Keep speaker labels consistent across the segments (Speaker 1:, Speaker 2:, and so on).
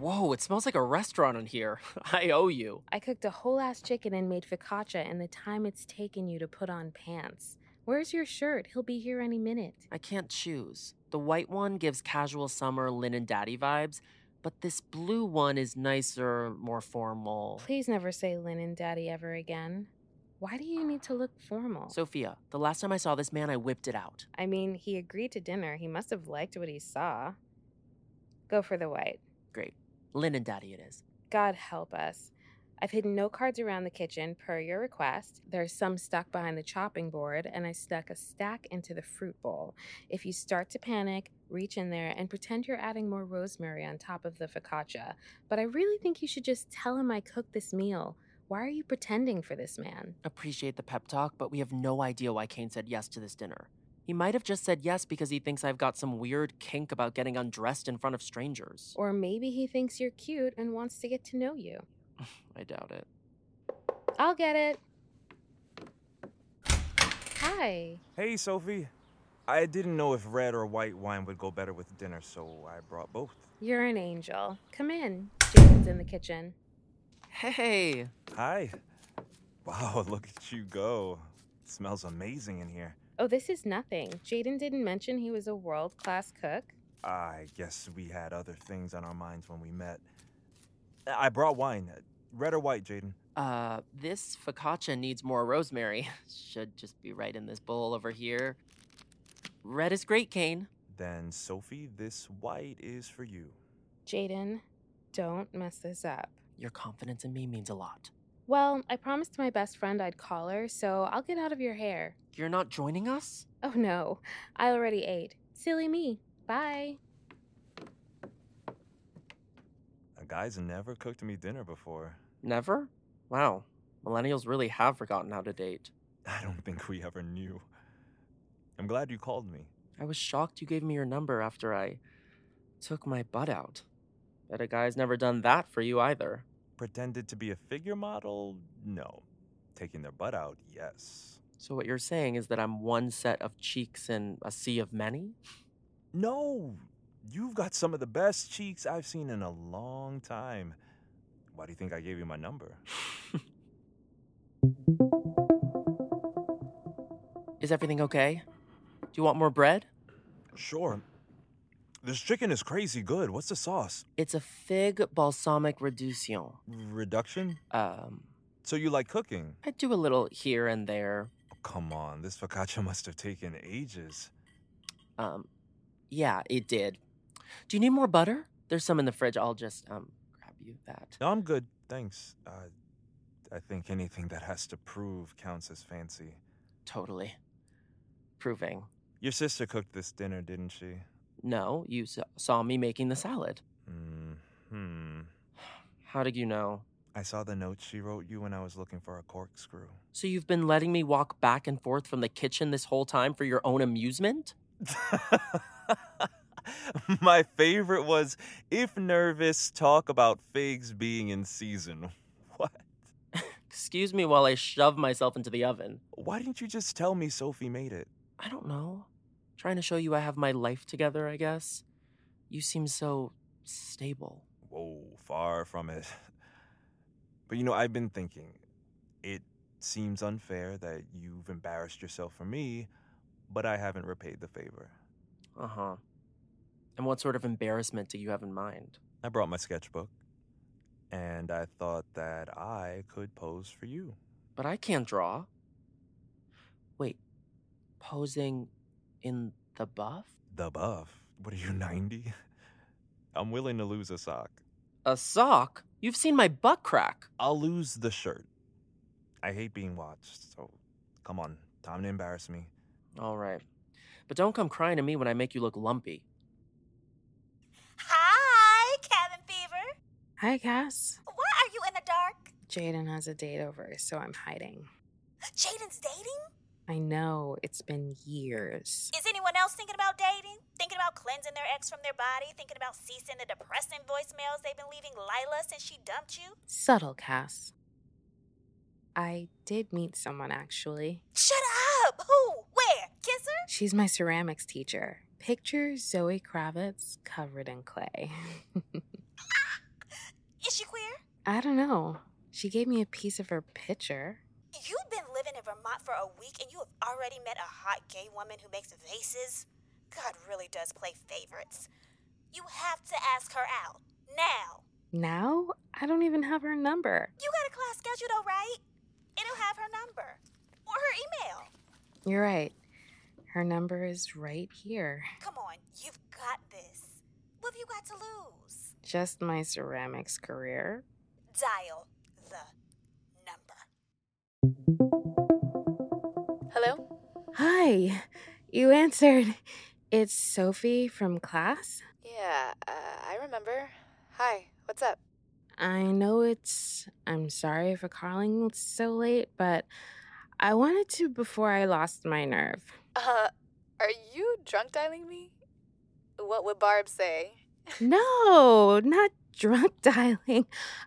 Speaker 1: Oh, it smells like a restaurant in here. I owe you.
Speaker 2: I cooked a whole ass chicken and made focaccia in the time it's taken you to put on pants. Where's your shirt? He'll be here any minute.
Speaker 1: I can't choose. The white one gives casual summer linen daddy vibes, but this blue one is nicer, more formal.
Speaker 2: Please never say linen daddy ever again. Why do you need to look formal?
Speaker 1: Sophia, the last time I saw this man, I whipped it out.
Speaker 2: I mean, he agreed to dinner. He must have liked what he saw. Go for the white.
Speaker 1: Great. Linen daddy it is.
Speaker 2: God help us. I've hidden no cards around the kitchen per your request. There's some stuck behind the chopping board, and I stuck a stack into the fruit bowl. If you start to panic, reach in there and pretend you're adding more rosemary on top of the focaccia. But I really think you should just tell him I cooked this meal. Why are you pretending for this man?
Speaker 1: Appreciate the pep talk, but we have no idea why Kane said yes to this dinner. He might have just said yes because he thinks I've got some weird kink about getting undressed in front of strangers.
Speaker 2: Or maybe he thinks you're cute and wants to get to know you.
Speaker 1: I doubt it.
Speaker 2: I'll get it. Hi.
Speaker 3: Hey, Sophie. I didn't know if red or white wine would go better with dinner, so I brought both.
Speaker 2: You're an angel. Come in. Jason's in the kitchen.
Speaker 1: Hey,
Speaker 3: Hi. Wow, look at you go. It smells amazing in here.
Speaker 2: Oh, this is nothing. Jaden didn't mention he was a world class cook.
Speaker 3: I guess we had other things on our minds when we met. I brought wine. Red or white, Jaden?
Speaker 1: uh, this focaccia needs more rosemary. Should just be right in this bowl over here. Red is great, Kane.
Speaker 3: Then, Sophie, this white is for you.
Speaker 2: Jaden, don't mess this up.
Speaker 1: Your confidence in me means a lot.
Speaker 2: Well, I promised my best friend I'd call her, so I'll get out of your hair.
Speaker 1: You're not joining us?
Speaker 2: Oh no, I already ate. Silly me. Bye.
Speaker 3: A guy's never cooked me dinner before.
Speaker 1: Never? Wow. Millennials really have forgotten how to date.
Speaker 3: I don't think we ever knew. I'm glad you called me.
Speaker 1: I was shocked you gave me your number after I took my butt out. Bet a guy's never done that for you either.
Speaker 3: Pretended to be a figure model? No. Taking their butt out? Yes.
Speaker 1: So, what you're saying is that I'm one set of cheeks in a sea of many?
Speaker 3: No! You've got some of the best cheeks I've seen in a long time. Why do you think I gave you my number?
Speaker 1: Is everything okay? Do you want more bread?
Speaker 3: Sure. This chicken is crazy good. What's the sauce?
Speaker 1: It's a fig balsamic reduction.
Speaker 3: Reduction?
Speaker 1: Um,
Speaker 3: So you like cooking?
Speaker 1: I do a little here and there.
Speaker 3: Come on, this focaccia must have taken ages.
Speaker 1: Um, yeah, it did. Do you need more butter? There's some in the fridge. I'll just um grab you that.
Speaker 3: No, I'm good. Thanks. Uh, I think anything that has to prove counts as fancy.
Speaker 1: Totally. Proving.
Speaker 3: Your sister cooked this dinner, didn't she?
Speaker 1: No, you s- saw me making the salad.
Speaker 3: Hmm.
Speaker 1: How did you know?
Speaker 3: I saw the note she wrote you when I was looking for a corkscrew.
Speaker 1: So you've been letting me walk back and forth from the kitchen this whole time for your own amusement?
Speaker 3: My favorite was if nervous, talk about figs being in season. What?
Speaker 1: Excuse me while I shove myself into the oven.
Speaker 3: Why didn't you just tell me Sophie made it?
Speaker 1: I don't know. Trying to show you I have my life together, I guess. You seem so stable.
Speaker 3: Whoa, far from it. But you know, I've been thinking. It seems unfair that you've embarrassed yourself for me, but I haven't repaid the favor.
Speaker 1: Uh huh. And what sort of embarrassment do you have in mind?
Speaker 3: I brought my sketchbook, and I thought that I could pose for you.
Speaker 1: But I can't draw. Wait, posing in the buff?
Speaker 3: The buff. What are you, 90? I'm willing to lose a sock.
Speaker 1: A sock? You've seen my butt crack.
Speaker 3: I'll lose the shirt. I hate being watched, so come on. Time to embarrass me.
Speaker 1: All right. But don't come crying to me when I make you look lumpy.
Speaker 4: Hi, cabin fever.
Speaker 2: Hi, Cass.
Speaker 4: Why are you in the dark?
Speaker 2: Jaden has a date over, so I'm hiding.
Speaker 4: Jaden's dating?
Speaker 2: I know, it's been years.
Speaker 4: Is anyone else thinking about dating? Thinking about cleansing their ex from their body? Thinking about ceasing the depressing voicemails they've been leaving Lila since she dumped you?
Speaker 2: Subtle, Cass. I did meet someone, actually.
Speaker 4: Shut up! Who? Where? Kiss her?
Speaker 2: She's my ceramics teacher. Picture Zoe Kravitz covered in clay.
Speaker 4: Is she queer?
Speaker 2: I don't know. She gave me a piece of her picture.
Speaker 4: You've been living in Vermont for a week and you have already met a hot gay woman who makes vases? God really does play favorites. You have to ask her out. Now.
Speaker 2: Now? I don't even have her number.
Speaker 4: You got a class scheduled, all right? It'll have her number or her email.
Speaker 2: You're right. Her number is right here.
Speaker 4: Come on, you've got this. What have you got to lose?
Speaker 2: Just my ceramics career.
Speaker 4: Dial the number.
Speaker 5: Hello?
Speaker 2: Hi, you answered. It's Sophie from class.
Speaker 5: Yeah, uh, I remember. Hi, what's up?
Speaker 2: I know it's. I'm sorry for calling so late, but I wanted to before I lost my nerve.
Speaker 5: Uh, are you drunk dialing me? What would Barb say?
Speaker 2: No, not drunk dialing.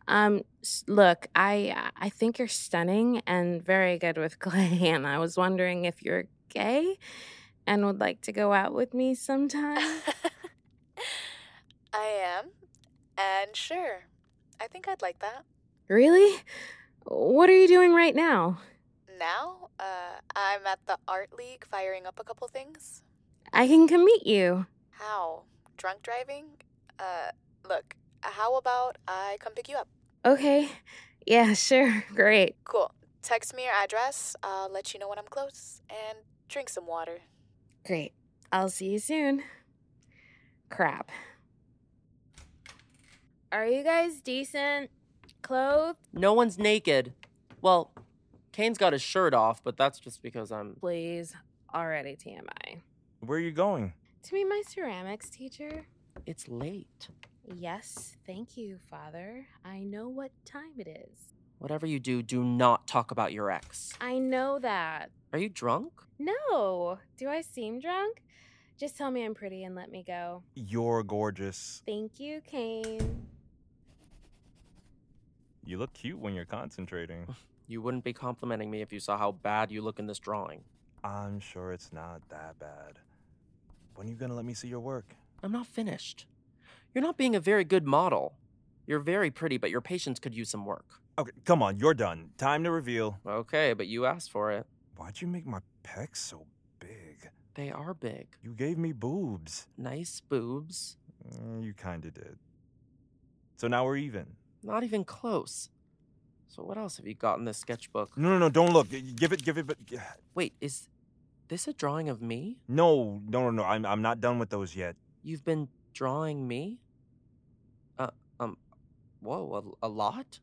Speaker 2: Um, s- look, I I think you're stunning and very good with clay, and I was wondering if you're gay and would like to go out with me sometime.
Speaker 5: I am. And sure, I think I'd like that.
Speaker 2: really? What are you doing right now?
Speaker 5: Now, uh, I'm at the art league firing up a couple things.
Speaker 2: I can come meet you.
Speaker 5: How? Drunk driving? Uh, look, how about I come pick you up?
Speaker 2: Okay. Yeah, sure. Great.
Speaker 5: Cool. Text me your address. I'll let you know when I'm close and drink some water.
Speaker 2: Great. I'll see you soon. Crap. Are you guys decent? Clothed?
Speaker 1: No one's naked. Well, Kane's got his shirt off, but that's just because I'm.
Speaker 2: Please. Already TMI.
Speaker 3: Where are you going?
Speaker 2: To meet my ceramics teacher?
Speaker 1: It's late.
Speaker 2: Yes, thank you, Father. I know what time it is.
Speaker 1: Whatever you do, do not talk about your ex.
Speaker 2: I know that.
Speaker 1: Are you drunk?
Speaker 2: No. Do I seem drunk? Just tell me I'm pretty and let me go.
Speaker 3: You're gorgeous.
Speaker 2: Thank you, Kane.
Speaker 3: You look cute when you're concentrating.
Speaker 1: You wouldn't be complimenting me if you saw how bad you look in this drawing.
Speaker 3: I'm sure it's not that bad. When are you gonna let me see your work?
Speaker 1: I'm not finished. You're not being a very good model. You're very pretty, but your patience could use some work.
Speaker 3: Okay, come on, you're done. Time to reveal.
Speaker 1: Okay, but you asked for it.
Speaker 3: Why'd you make my pecs so big?
Speaker 1: They are big.
Speaker 3: You gave me boobs.
Speaker 1: Nice boobs.
Speaker 3: Mm, You kinda did. So now we're even.
Speaker 1: Not even close. So what else have you got in this sketchbook?
Speaker 3: No, no, no, don't look. Y- y- Give it, give it, but.
Speaker 1: Wait, is this a drawing of me?
Speaker 3: No, no, no, no. I'm, I'm not done with those yet.
Speaker 1: You've been drawing me? Uh, um, whoa, a, a lot?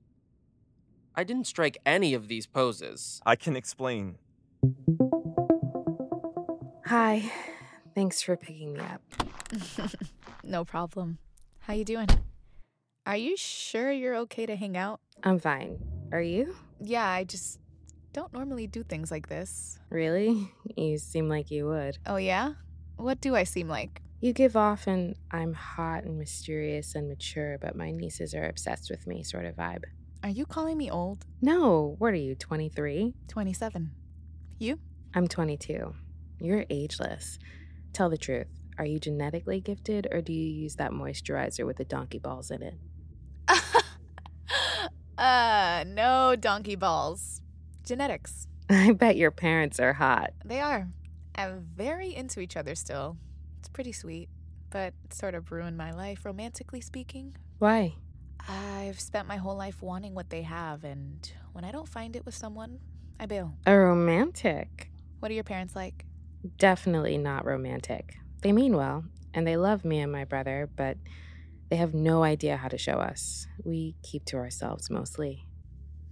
Speaker 1: I didn't strike any of these poses.
Speaker 3: I can explain.
Speaker 2: Hi. Thanks for picking me up.
Speaker 5: no problem. How you doing? Are you sure you're okay to hang out?
Speaker 2: I'm fine. Are you?
Speaker 5: Yeah, I just don't normally do things like this.
Speaker 2: Really? You seem like you would.
Speaker 5: Oh yeah? What do I seem like?
Speaker 2: You give off an I'm hot and mysterious and mature, but my nieces are obsessed with me sort of vibe.
Speaker 5: Are you calling me old?
Speaker 2: No, what are you, 23?
Speaker 5: 27. You?
Speaker 2: I'm 22. You're ageless. Tell the truth. Are you genetically gifted or do you use that moisturizer with the donkey balls in it?
Speaker 5: uh, no donkey balls. Genetics.
Speaker 2: I bet your parents are hot.
Speaker 5: They are. I'm very into each other still. It's pretty sweet, but it sort of ruined my life, romantically speaking.
Speaker 2: Why?
Speaker 5: I've spent my whole life wanting what they have, and when I don't find it with someone, I bail.
Speaker 2: A romantic.
Speaker 5: What are your parents like?
Speaker 2: Definitely not romantic. They mean well and they love me and my brother, but they have no idea how to show us. We keep to ourselves mostly.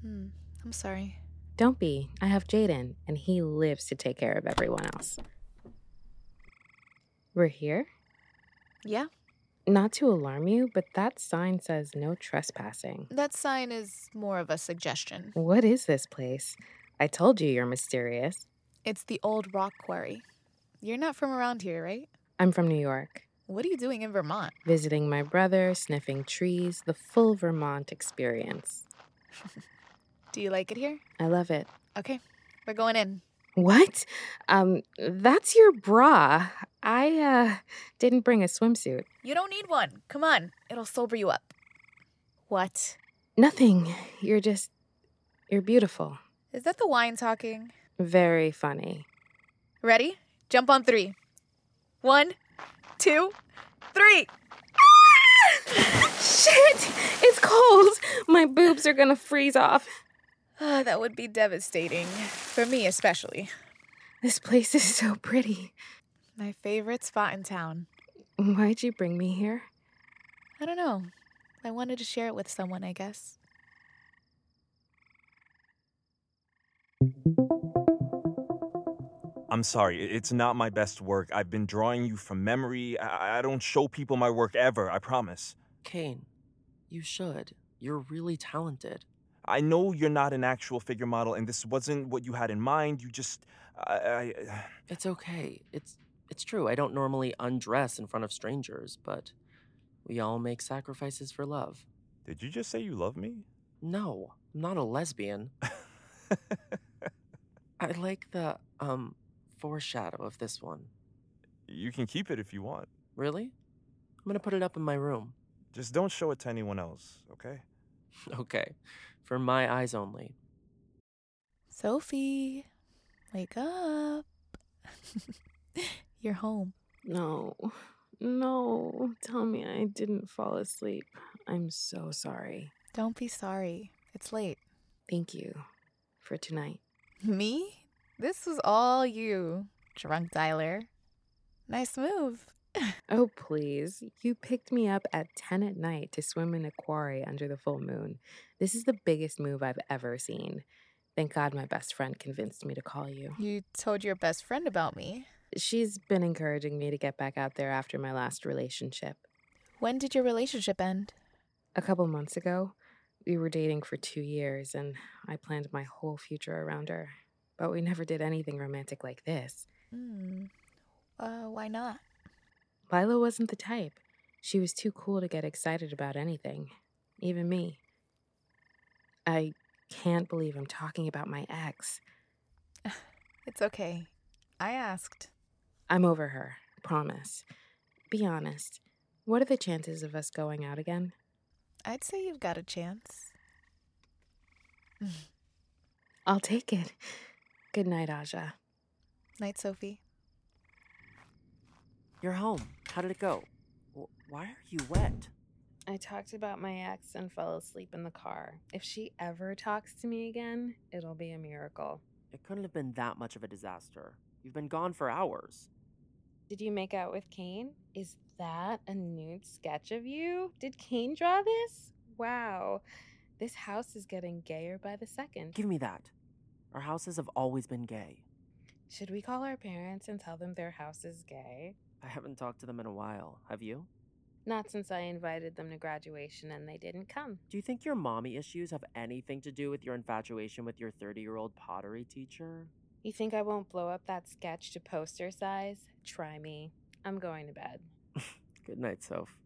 Speaker 5: Hmm, I'm sorry.
Speaker 2: Don't be. I have Jaden, and he lives to take care of everyone else. We're here?
Speaker 5: Yeah?
Speaker 2: Not to alarm you, but that sign says no trespassing.
Speaker 5: That sign is more of a suggestion.
Speaker 2: What is this place? I told you you're mysterious.
Speaker 5: It's the old rock quarry. You're not from around here, right?
Speaker 2: I'm from New York,
Speaker 5: What are you doing in Vermont?
Speaker 2: visiting my brother, sniffing trees, the full Vermont experience.
Speaker 5: Do you like it here?
Speaker 2: I love it.
Speaker 5: Okay, we're going in.
Speaker 2: What? Um, that's your bra. I, uh, didn't bring a swimsuit.
Speaker 5: You don't need one. Come on, it'll sober you up. What?
Speaker 2: Nothing. You're just. You're beautiful.
Speaker 5: Is that the wine talking?
Speaker 2: Very funny.
Speaker 5: Ready? Jump on three. One, two, three.
Speaker 2: Shit! It's cold! My boobs are gonna freeze off.
Speaker 5: Ah, that would be devastating. For me, especially.
Speaker 2: This place is so pretty.
Speaker 5: My favorite spot in town.
Speaker 2: Why'd you bring me here?
Speaker 5: I don't know. I wanted to share it with someone, I guess.
Speaker 3: I'm sorry, i- it's not my best work. I've been drawing you from memory. I, I don't show people my work ever, I promise.
Speaker 1: Kane, you should. You're really talented.
Speaker 3: I know you're not an actual figure model, and this wasn't what you had in mind. You just. I, I,
Speaker 1: It's okay. It's it's true. I don't normally undress in front of strangers, but we all make sacrifices for love.
Speaker 3: did you just say you love me?
Speaker 1: No, I'm not a lesbian. I like the um foreshadow of this one.
Speaker 3: you can keep it if you want.
Speaker 1: Really? I'm going to put it up in my room.
Speaker 3: Just don't show it to anyone else, okay?
Speaker 1: Okay. For my eyes only.
Speaker 5: Sophie, wake up. You're home.
Speaker 2: No. No. Tell me I didn't fall asleep. I'm so sorry.
Speaker 5: Don't be sorry. It's late.
Speaker 2: Thank you for tonight.
Speaker 5: Me? This was all you, drunk dialer. Nice move.
Speaker 2: Oh, please. You picked me up at 10 at night to swim in a quarry under the full moon. This is the biggest move I've ever seen. Thank God my best friend convinced me to call you.
Speaker 5: You told your best friend about me.
Speaker 2: She's been encouraging me to get back out there after my last relationship.
Speaker 5: When did your relationship end?
Speaker 2: A couple months ago, we were dating for two years, and I planned my whole future around her. But we never did anything romantic like this.
Speaker 5: Hmm. Uh, why not?
Speaker 2: Lila wasn't the type. She was too cool to get excited about anything, even me. I can't believe I'm talking about my ex.
Speaker 5: It's okay. I asked.
Speaker 2: I'm over her, promise. Be honest. What are the chances of us going out again?
Speaker 5: I'd say you've got a chance.
Speaker 2: I'll take it. Good night, Aja.
Speaker 5: Night, Sophie.
Speaker 1: You're home. How did it go? Wh- Why are you wet?
Speaker 2: I talked about my ex and fell asleep in the car. If she ever talks to me again, it'll be a miracle.
Speaker 1: It couldn't have been that much of a disaster. You've been gone for hours.
Speaker 2: Did you make out with Kane? Is that a nude sketch of you? Did Kane draw this? Wow. This house is getting gayer by the second.
Speaker 1: Give me that. Our houses have always been gay.
Speaker 2: Should we call our parents and tell them their house is gay?
Speaker 1: I haven't talked to them in a while. Have you?
Speaker 2: Not since I invited them to graduation and they didn't come.
Speaker 1: Do you think your mommy issues have anything to do with your infatuation with your 30 year old pottery teacher?
Speaker 2: You think I won't blow up that sketch to poster size? Try me. I'm going to bed.
Speaker 1: Good night, Soph.